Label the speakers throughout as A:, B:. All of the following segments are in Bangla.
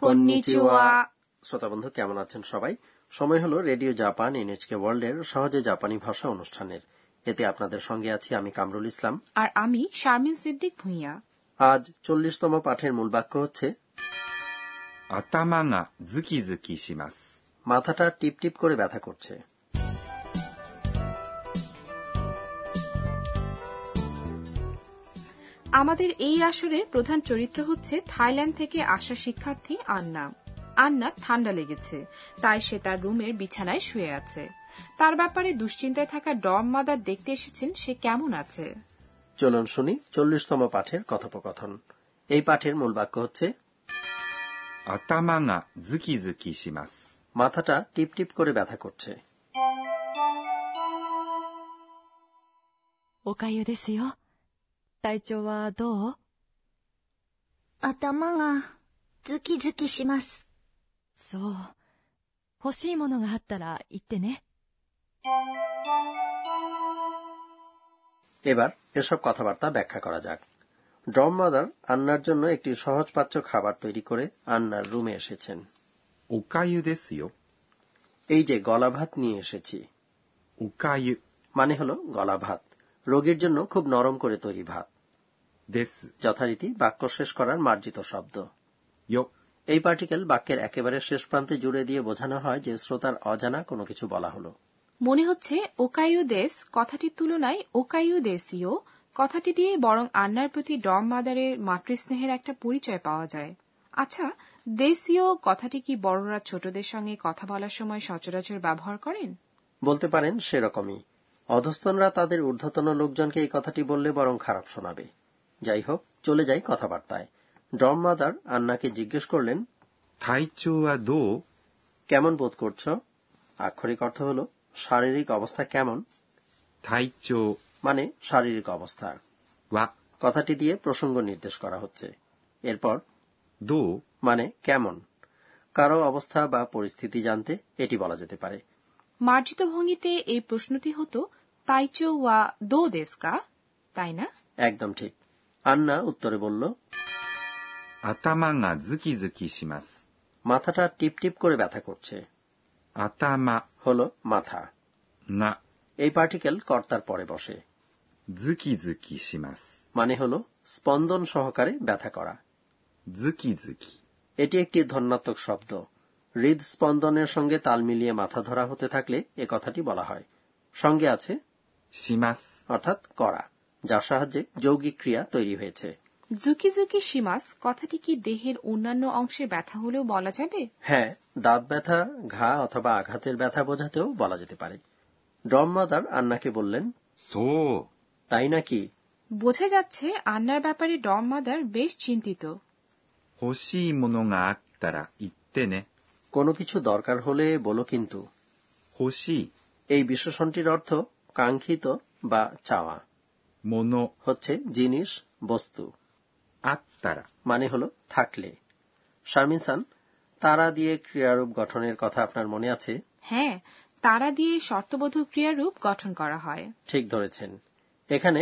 A: কন্নিচিওয়া।
B: শ্রোতা বন্ধু কেমন আছেন সবাই সময় হলো রেডিও জাপান এনএচকে ওয়ার্ল্ডের সহজে জাপানি ভাষা অনুষ্ঠানের এতে আপনাদের সঙ্গে আছি আমি কামরুল ইসলাম
A: আর আমি শারমিন সিদ্দিক ভুঁইয়া
B: আজ চল্লিশতম পাঠের মূল বাক্য হচ্ছে
C: 頭がズキズキします。
B: মাথাটা টিপ টিপ করে ব্যথা করছে
A: আমাদের এই আসরের প্রধান চরিত্র হচ্ছে থাইল্যান্ড থেকে আসা শিক্ষার্থী আন্না আন্নার ঠান্ডা লেগেছে তাই সে তার রুমের বিছানায় শুয়ে আছে তার ব্যাপারে দুশ্চিন্তায় থাকা ডম মাদার দেখতে এসেছেন সে কেমন আছে
B: চলুন শুনি চল্লিশতম পাঠের কথোপকথন এই পাঠের মূল বাক্য হচ্ছে
C: 頭がズキズキします。
B: মাথাটা টিপ টিপ করে ব্যথা করছে
D: おかゆですよ。体調はどう
E: 頭がズキズキします。
D: そう。欲しいものがあったら言ってね。
B: এবার এসব কথাবার্তা ব্যাখ্যা করা যাক ড্রম মাদার আন্নার জন্য একটি সহজপাচ্য খাবার তৈরি করে আন্নার রুমে এসেছেন
C: おかゆですよ。
B: এই যে গলা ভাত নিয়ে এসেছি
C: おかゆ
B: মানে হলো গলা ভাত রোগীর জন্য খুব নরম করে তৈরি ভাত
C: です。
B: যথারীতি বাক্য শেষ করার মার্জিত শব্দ
C: よ。
B: এই পার্টিকেল বাক্যের একেবারে শেষ প্রান্তে জুড়ে দিয়ে বোঝানো হয় যে শ্রোতার অজানা কোনো কিছু বলা হলো
A: মনে হচ্ছে ওকায়ু দেশ কথাটির তুলনায় ওকায়ু দেশীয় কথাটি দিয়ে বরং আন্নার প্রতি ডম মাদারের মাতৃস্নেহের একটা পরিচয় পাওয়া যায় আচ্ছা দেশীয় কথাটি কি বড়রা ছোটদের সঙ্গে কথা বলার সময় সচরাচর ব্যবহার করেন
B: বলতে পারেন সেরকমই অধস্তনরা তাদের ঊর্ধ্বতন লোকজনকে এই কথাটি বললে বরং খারাপ শোনাবে যাই হোক চলে যাই কথাবার্তায় ড্রম মাদার আন্নাকে জিজ্ঞেস করলেন
C: 体調はどう
B: কেমন বোধ করছো আক্ষরিক অর্থ হলো শারীরিক অবস্থা কেমন
C: 体調
B: মানে শারীরিক অবস্থা
C: は
B: কথাটি দিয়ে প্রসঙ্গ নির্দেশ করা হচ্ছে এরপর
C: どう
B: মানে কেমন কারো অবস্থা বা পরিস্থিতি জানতে এটি বলা যেতে পারে
A: মার্জিত ভঙ্গিতে এই প্রশ্নটি হতো তাইচো ওয়া দো দেশকা তাই না
B: একদম ঠিক আন্না উত্তরে বলল
C: 頭がズキズキします。
B: মাথাটা টিপ টিপ করে ব্যথা করছে
C: 頭
B: হলো মাথা
C: が
B: এই পার্টিকেল কর্তার পরে বসে
C: ズキズキします。
B: মানে হলো স্পন্দন সহকারে ব্যথা করা
C: ズキズキ。
B: এটি একটি ধন্যাত্মক শব্দ হৃদস্পন্দনের সঙ্গে তাল মিলিয়ে মাথা ধরা হতে থাকলে এ কথাটি বলা হয় সঙ্গে আছে
C: します。
B: অর্থাৎ করা যার সাহায্যে যৌগিক ক্রিয়া তৈরি হয়েছে
A: জুকিজুকি সীমাস কথাটি কি দেহের অন্যান্য অংশে ব্যথা হলেও বলা যাবে
B: হ্যাঁ দাঁত ব্যথা ঘা অথবা আঘাতের ব্যথা বোঝাতেও বলা যেতে পারে ড্রম মাদার আন্নাকে বললেন
C: そ
B: তাই নাকি
A: বোঝা যাচ্ছে আন্নার ব্যাপারে ডম মাদার বেশ চিন্তিত
C: う。欲しいものがあったら言ってね。
B: কোনো কিছু দরকার হলে বলো কিন্তু
C: 欲しい
B: এই বিশেষণটির অর্থ কাঙ্ক্ষিত বা চাওয়া
C: もの
B: হচ্ছে জিনিস বস্তু
C: あったら
B: মানে হলো থাকলে শারমিন সান তারা দিয়ে ক্রিয়ারূপ গঠনের কথা আপনার মনে আছে
A: হ্যাঁ তারা দিয়ে শর্তবোধক ক্রিয়ারূপ গঠন করা হয়
B: ঠিক ধরেছেন এখানে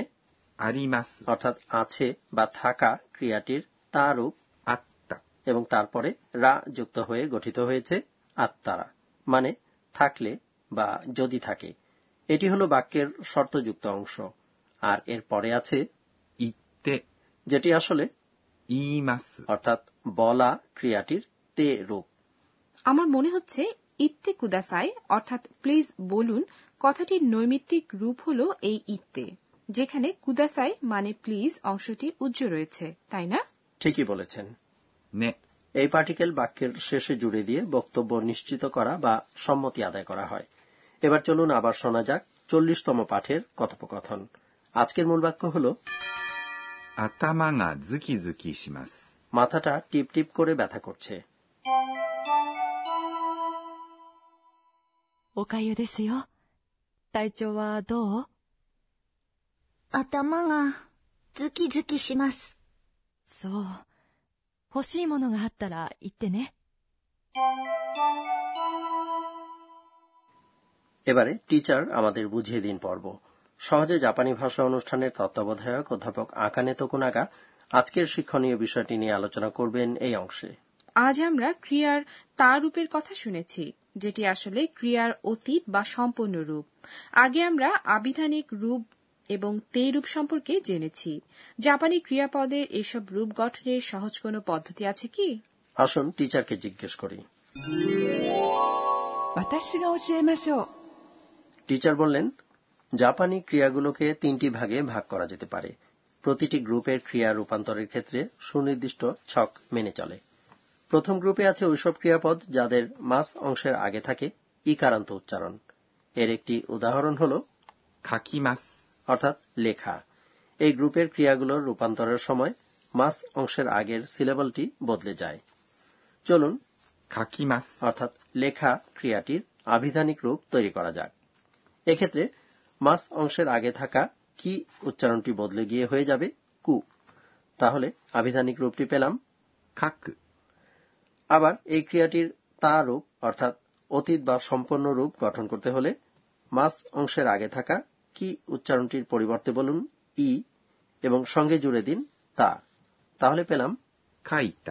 C: あります。
B: অর্থাৎ আছে বা থাকা ক্রিয়াটির তা রূপ
C: あった。
B: এবং তারপরে রা যুক্ত হয়ে গঠিত হয়েছে আত্মারা মানে থাকলে বা যদি থাকে এটি হলো বাক্যের শর্তযুক্ত অংশ আর এর পরে আছে
C: 言って、
B: যেটি আসলে
C: 言います。
B: অর্থাৎ বলা ক্রিয়াটির তে রূপ
A: আমার মনে হচ্ছে ইত্তে কুদাসাই অর্থাৎ প্লিজ বলুন কথাটির নৈমিত্তিক রূপ হল এই ইত্তে যেখানে কুদাসাই মানে প্লিজ অংশটি উজ্জ রয়েছে তাই না
B: ঠিকই বলেছেন
C: ね、
B: এই পার্টিকেল বাক্যের শেষে জুড়ে দিয়ে বক্তব্য নিশ্চিত করা বা সম্মতি আদায় করা হয় এবার চলুন আবার শোনা যাক চল্লিশতম পাঠের কথোপকথন আজকের মূল বাক্য হল
C: 頭がズキズキします。
B: মাথাটা টিপ টিপ করে ব্যথা করছে
D: おかゆですよ。体調はどう
E: 頭がズキズキします。
D: そう。欲しいものがあったら言ってね。
B: এবারে টিচার আমাদের বুঝিয়ে দিন পর্ব সহজে জাপানি ভাষা অনুষ্ঠানের তত্ত্বাবধায়ক অধ্যাপক আকানে তকুনাগা আজকের শিক্ষণীয় বিষয়টি নিয়ে আলোচনা করবেন এই অংশে
A: আজ আমরা ক্রিয়ার তার রূপের কথা শুনেছি যেটি আসলে ক্রিয়ার অতীত বা সম্পূর্ণ রূপ আগে আমরা আবিধানিক রূপ এবং তে রূপ সম্পর্কে জেনেছি জাপানি ক্রিয়াপদের এসব রূপ গঠনের সহজ কোনো পদ্ধতি আছে কি
B: আসুন টিচারকে জিজ্ঞেস করি
F: 私が教えましょう
B: টিচার বললেন জাপানি ক্রিয়াগুলোকে তিনটি ভাগে ভাগ করা যেতে পারে প্রতিটি গ্রুপের ক্রিয়া রূপান্তরের ক্ষেত্রে সুনির্দিষ্ট ছক মেনে চলে প্রথম গ্রুপে আছে ওইসব ক্রিয়াপদ যাদের মাস অংশের আগে থাকে ইকারান্ত উচ্চারণ এর একটি উদাহরণ হল
C: 書きます。
B: অর্থাৎ লেখা এই গ্রুপের ক্রিয়াগুলোর রূপান্তরের সময় মাস অংশের আগের সিলেবলটি বদলে যায় চলুন
C: 書きます。
B: অর্থাৎ লেখা ক্রিয়াটির আবিধানিক রূপ তৈরি করা যাক এক্ষেত্রে মাস অংশের আগে থাকা কি উচ্চারণটি বদলে গিয়ে হয়ে যাবে কু তাহলে আবিধানিক রূপটি পেলাম
C: 書く。
B: আবার এই ক্রিয়াটির তা রূপ অর্থাৎ অতীত বা সম্পন্ন রূপ গঠন করতে হলে মাস অংশের আগে থাকা কি উচ্চারণটির পরিবর্তে বলুন ই এবং সঙ্গে জুড়ে দিন তা তাহলে পেলাম
C: 書いた。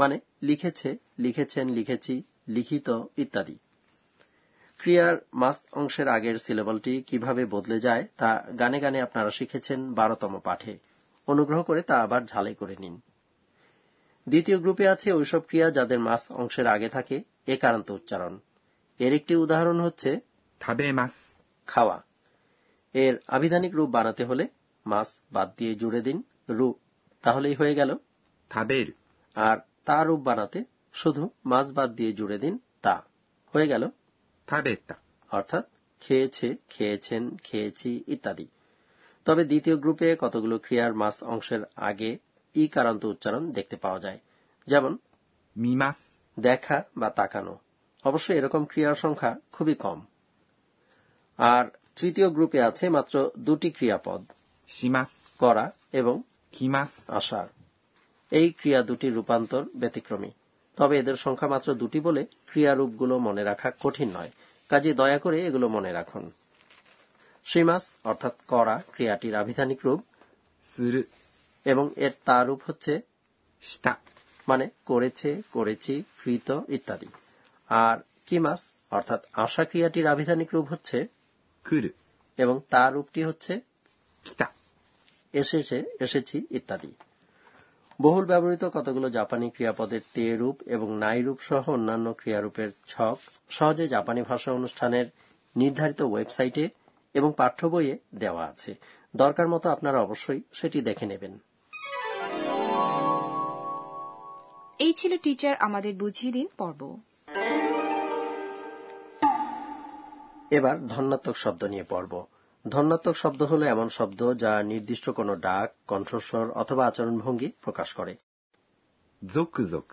B: মানে লিখেছে লিখেছেন লিখেছি লিখিত ইত্যাদি ক্রিয়ার মাস অংশের আগের সিলেবলটি কিভাবে বদলে যায় তা গানে গানে আপনারা শিখেছেন বারোতম পাঠে অনুগ্রহ করে তা আবার ঝালাই করে নিন দ্বিতীয় গ্রুপে আছে ওইসব ক্রিয়া যাদের মাস অংশের আগে থাকে একারান্ত উচ্চারণ এর একটি উদাহরণ হচ্ছে
C: 食べます。
B: খাওয়া এর আবিধানিক রূপ বানাতে হলে মাস বাদ দিয়ে জুড়ে দিন রু তাহলেই হয়ে গেল
C: 食べる。
B: আর তা রূপ বানাতে শুধু মাছ বাদ দিয়ে জুড়ে দিন তা হয়ে গেল
C: 食べた。
B: অর্থাৎ খেয়েছে খেয়েছেন খেয়েছি ইত্যাদি তবে দ্বিতীয় গ্রুপে কতগুলো ক্রিয়ার মাস অংশের আগে ই কারান্ত উচ্চারণ দেখতে পাওয়া যায় যেমন
C: 見ます。
B: দেখা বা তাকানো অবশ্য এরকম ক্রিয়ার সংখ্যা খুবই কম আর তৃতীয় গ্রুপে আছে মাত্র দুটি ক্রিয়াপদ
C: します。
B: করা এবং
C: 来ます。
B: আশা এই ক্রিয়া দুটির রূপান্তর ব্যতিক্রমী তবে এদের সংখ্যা মাত্র দুটি বলে ক্রিয়ারূপগুলো মনে রাখা কঠিন নয় কাজে দয়া করে এগুলো মনে রাখুন শ্রীমাস অর্থাৎ করা ক্রিয়াটির আবিধানিক রূপ
C: する。
B: এবং এর তার রূপ হচ্ছে
C: した。
B: মানে করেছে করেছি কৃত ইত্যাদি আর কিমাস অর্থাৎ আশা ক্রিয়াটির আবিধানিক রূপ হচ্ছে
C: 来る。
B: এবং তার রূপটি হচ্ছে
C: 来た。
B: এসেছে এসেছি ইত্যাদি বহুল ব্যবহৃত কতগুলো জাপানি ক্রিয়াপদের তে রূপ এবং নাই রূপ সহ অন্যান্য ক্রিয়ারূপের ছক সহজে জাপানি ভাষা অনুষ্ঠানের নির্ধারিত ওয়েবসাইটে এবং পাঠ্য বইয়ে দেওয়া আছে দরকার মতো আপনারা অবশ্যই সেটি দেখে নেবেন
A: এই ছিল টিচার আমাদের বুঝিয়ে দিন পর্ব
B: এবার ধন্যাত্মক শব্দ নিয়ে পড়ব ধন্যাত্মক শব্দ হলো এমন শব্দ যা নির্দিষ্ট কোনো ডাক কণ্ঠস্বর অথবা আচরণভঙ্গি প্রকাশ করে
C: ゾクゾク。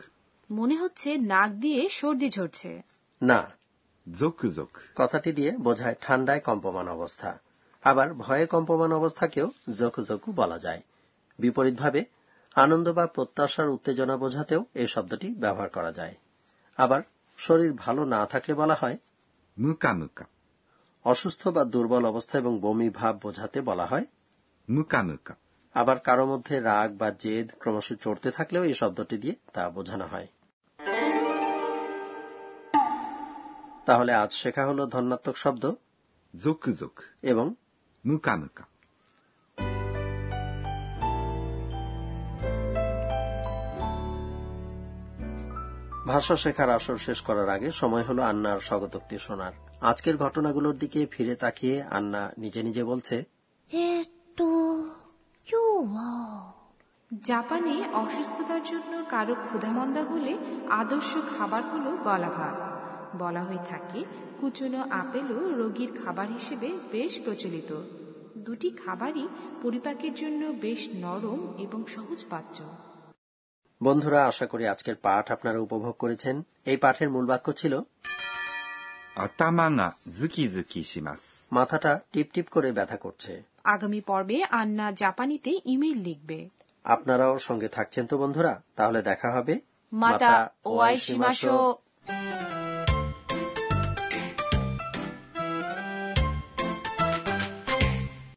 A: মনে হচ্ছে নাক দিয়ে সর্দি ঝরছে
B: না
C: ゾクゾク。
B: কথাটি দিয়ে বোঝায় ঠান্ডায় কম্পমান অবস্থা আবার ভয়ে কম্পমান অবস্থাকেও জকুজকু বলা যায় বিপরীতভাবে আনন্দ বা প্রত্যাশার উত্তেজনা বোঝাতেও এই শব্দটি ব্যবহার করা যায় আবার শরীর ভালো না থাকলে বলা হয়
C: ムカムカ。
B: অসুস্থ বা দুর্বল অবস্থা এবং বমি ভাব বোঝাতে বলা হয়
C: ムカムカ。
B: আবার কারো মধ্যে রাগ বা জেদ ক্রমশ চড়তে থাকলেও এই শব্দটি দিয়ে তা বোঝানো হয় তাহলে আজ শেখা হলো ধন্যাত্মক শব্দ
C: ゾクゾク。
B: এবং
C: ムカムカ。
B: ভাষা শেখার আসর শেষ করার আগে সময় হলো আন্নার স্বগতোক্তি শোনার আজকের ঘটনাগুলোর দিকে ফিরে তাকিয়ে আন্না নিজে নিজে বলছে
E: えーっと、今日は、
A: জাপানে অসুস্থতার জন্য কারো ক্ষুধামন্দা হলে আদর্শ খাবার হলো গলা ভাত বলা হয়ে থাকে কুচনো আপেলও রোগীর খাবার হিসেবে বেশ প্রচলিত দুটি খাবারই পরিপাকের জন্য বেশ নরম এবং সহজপাচ্য
B: বন্ধুরা আশা করি আজকের পাঠ আপনারা উপভোগ করেছেন এই পাঠের মূল বাক্য ছিল
C: 頭がズキズキします。
B: মাথাটা টিপ টিপ করে ব্যথা করছে
A: আগামী পর্বে আন্না জাপানিতে ইমেল লিখবে
B: আপনারাও সঙ্গে থাকছেন তো বন্ধুরা তাহলে দেখা হবে
A: মাতা ওয়াই সীমাশো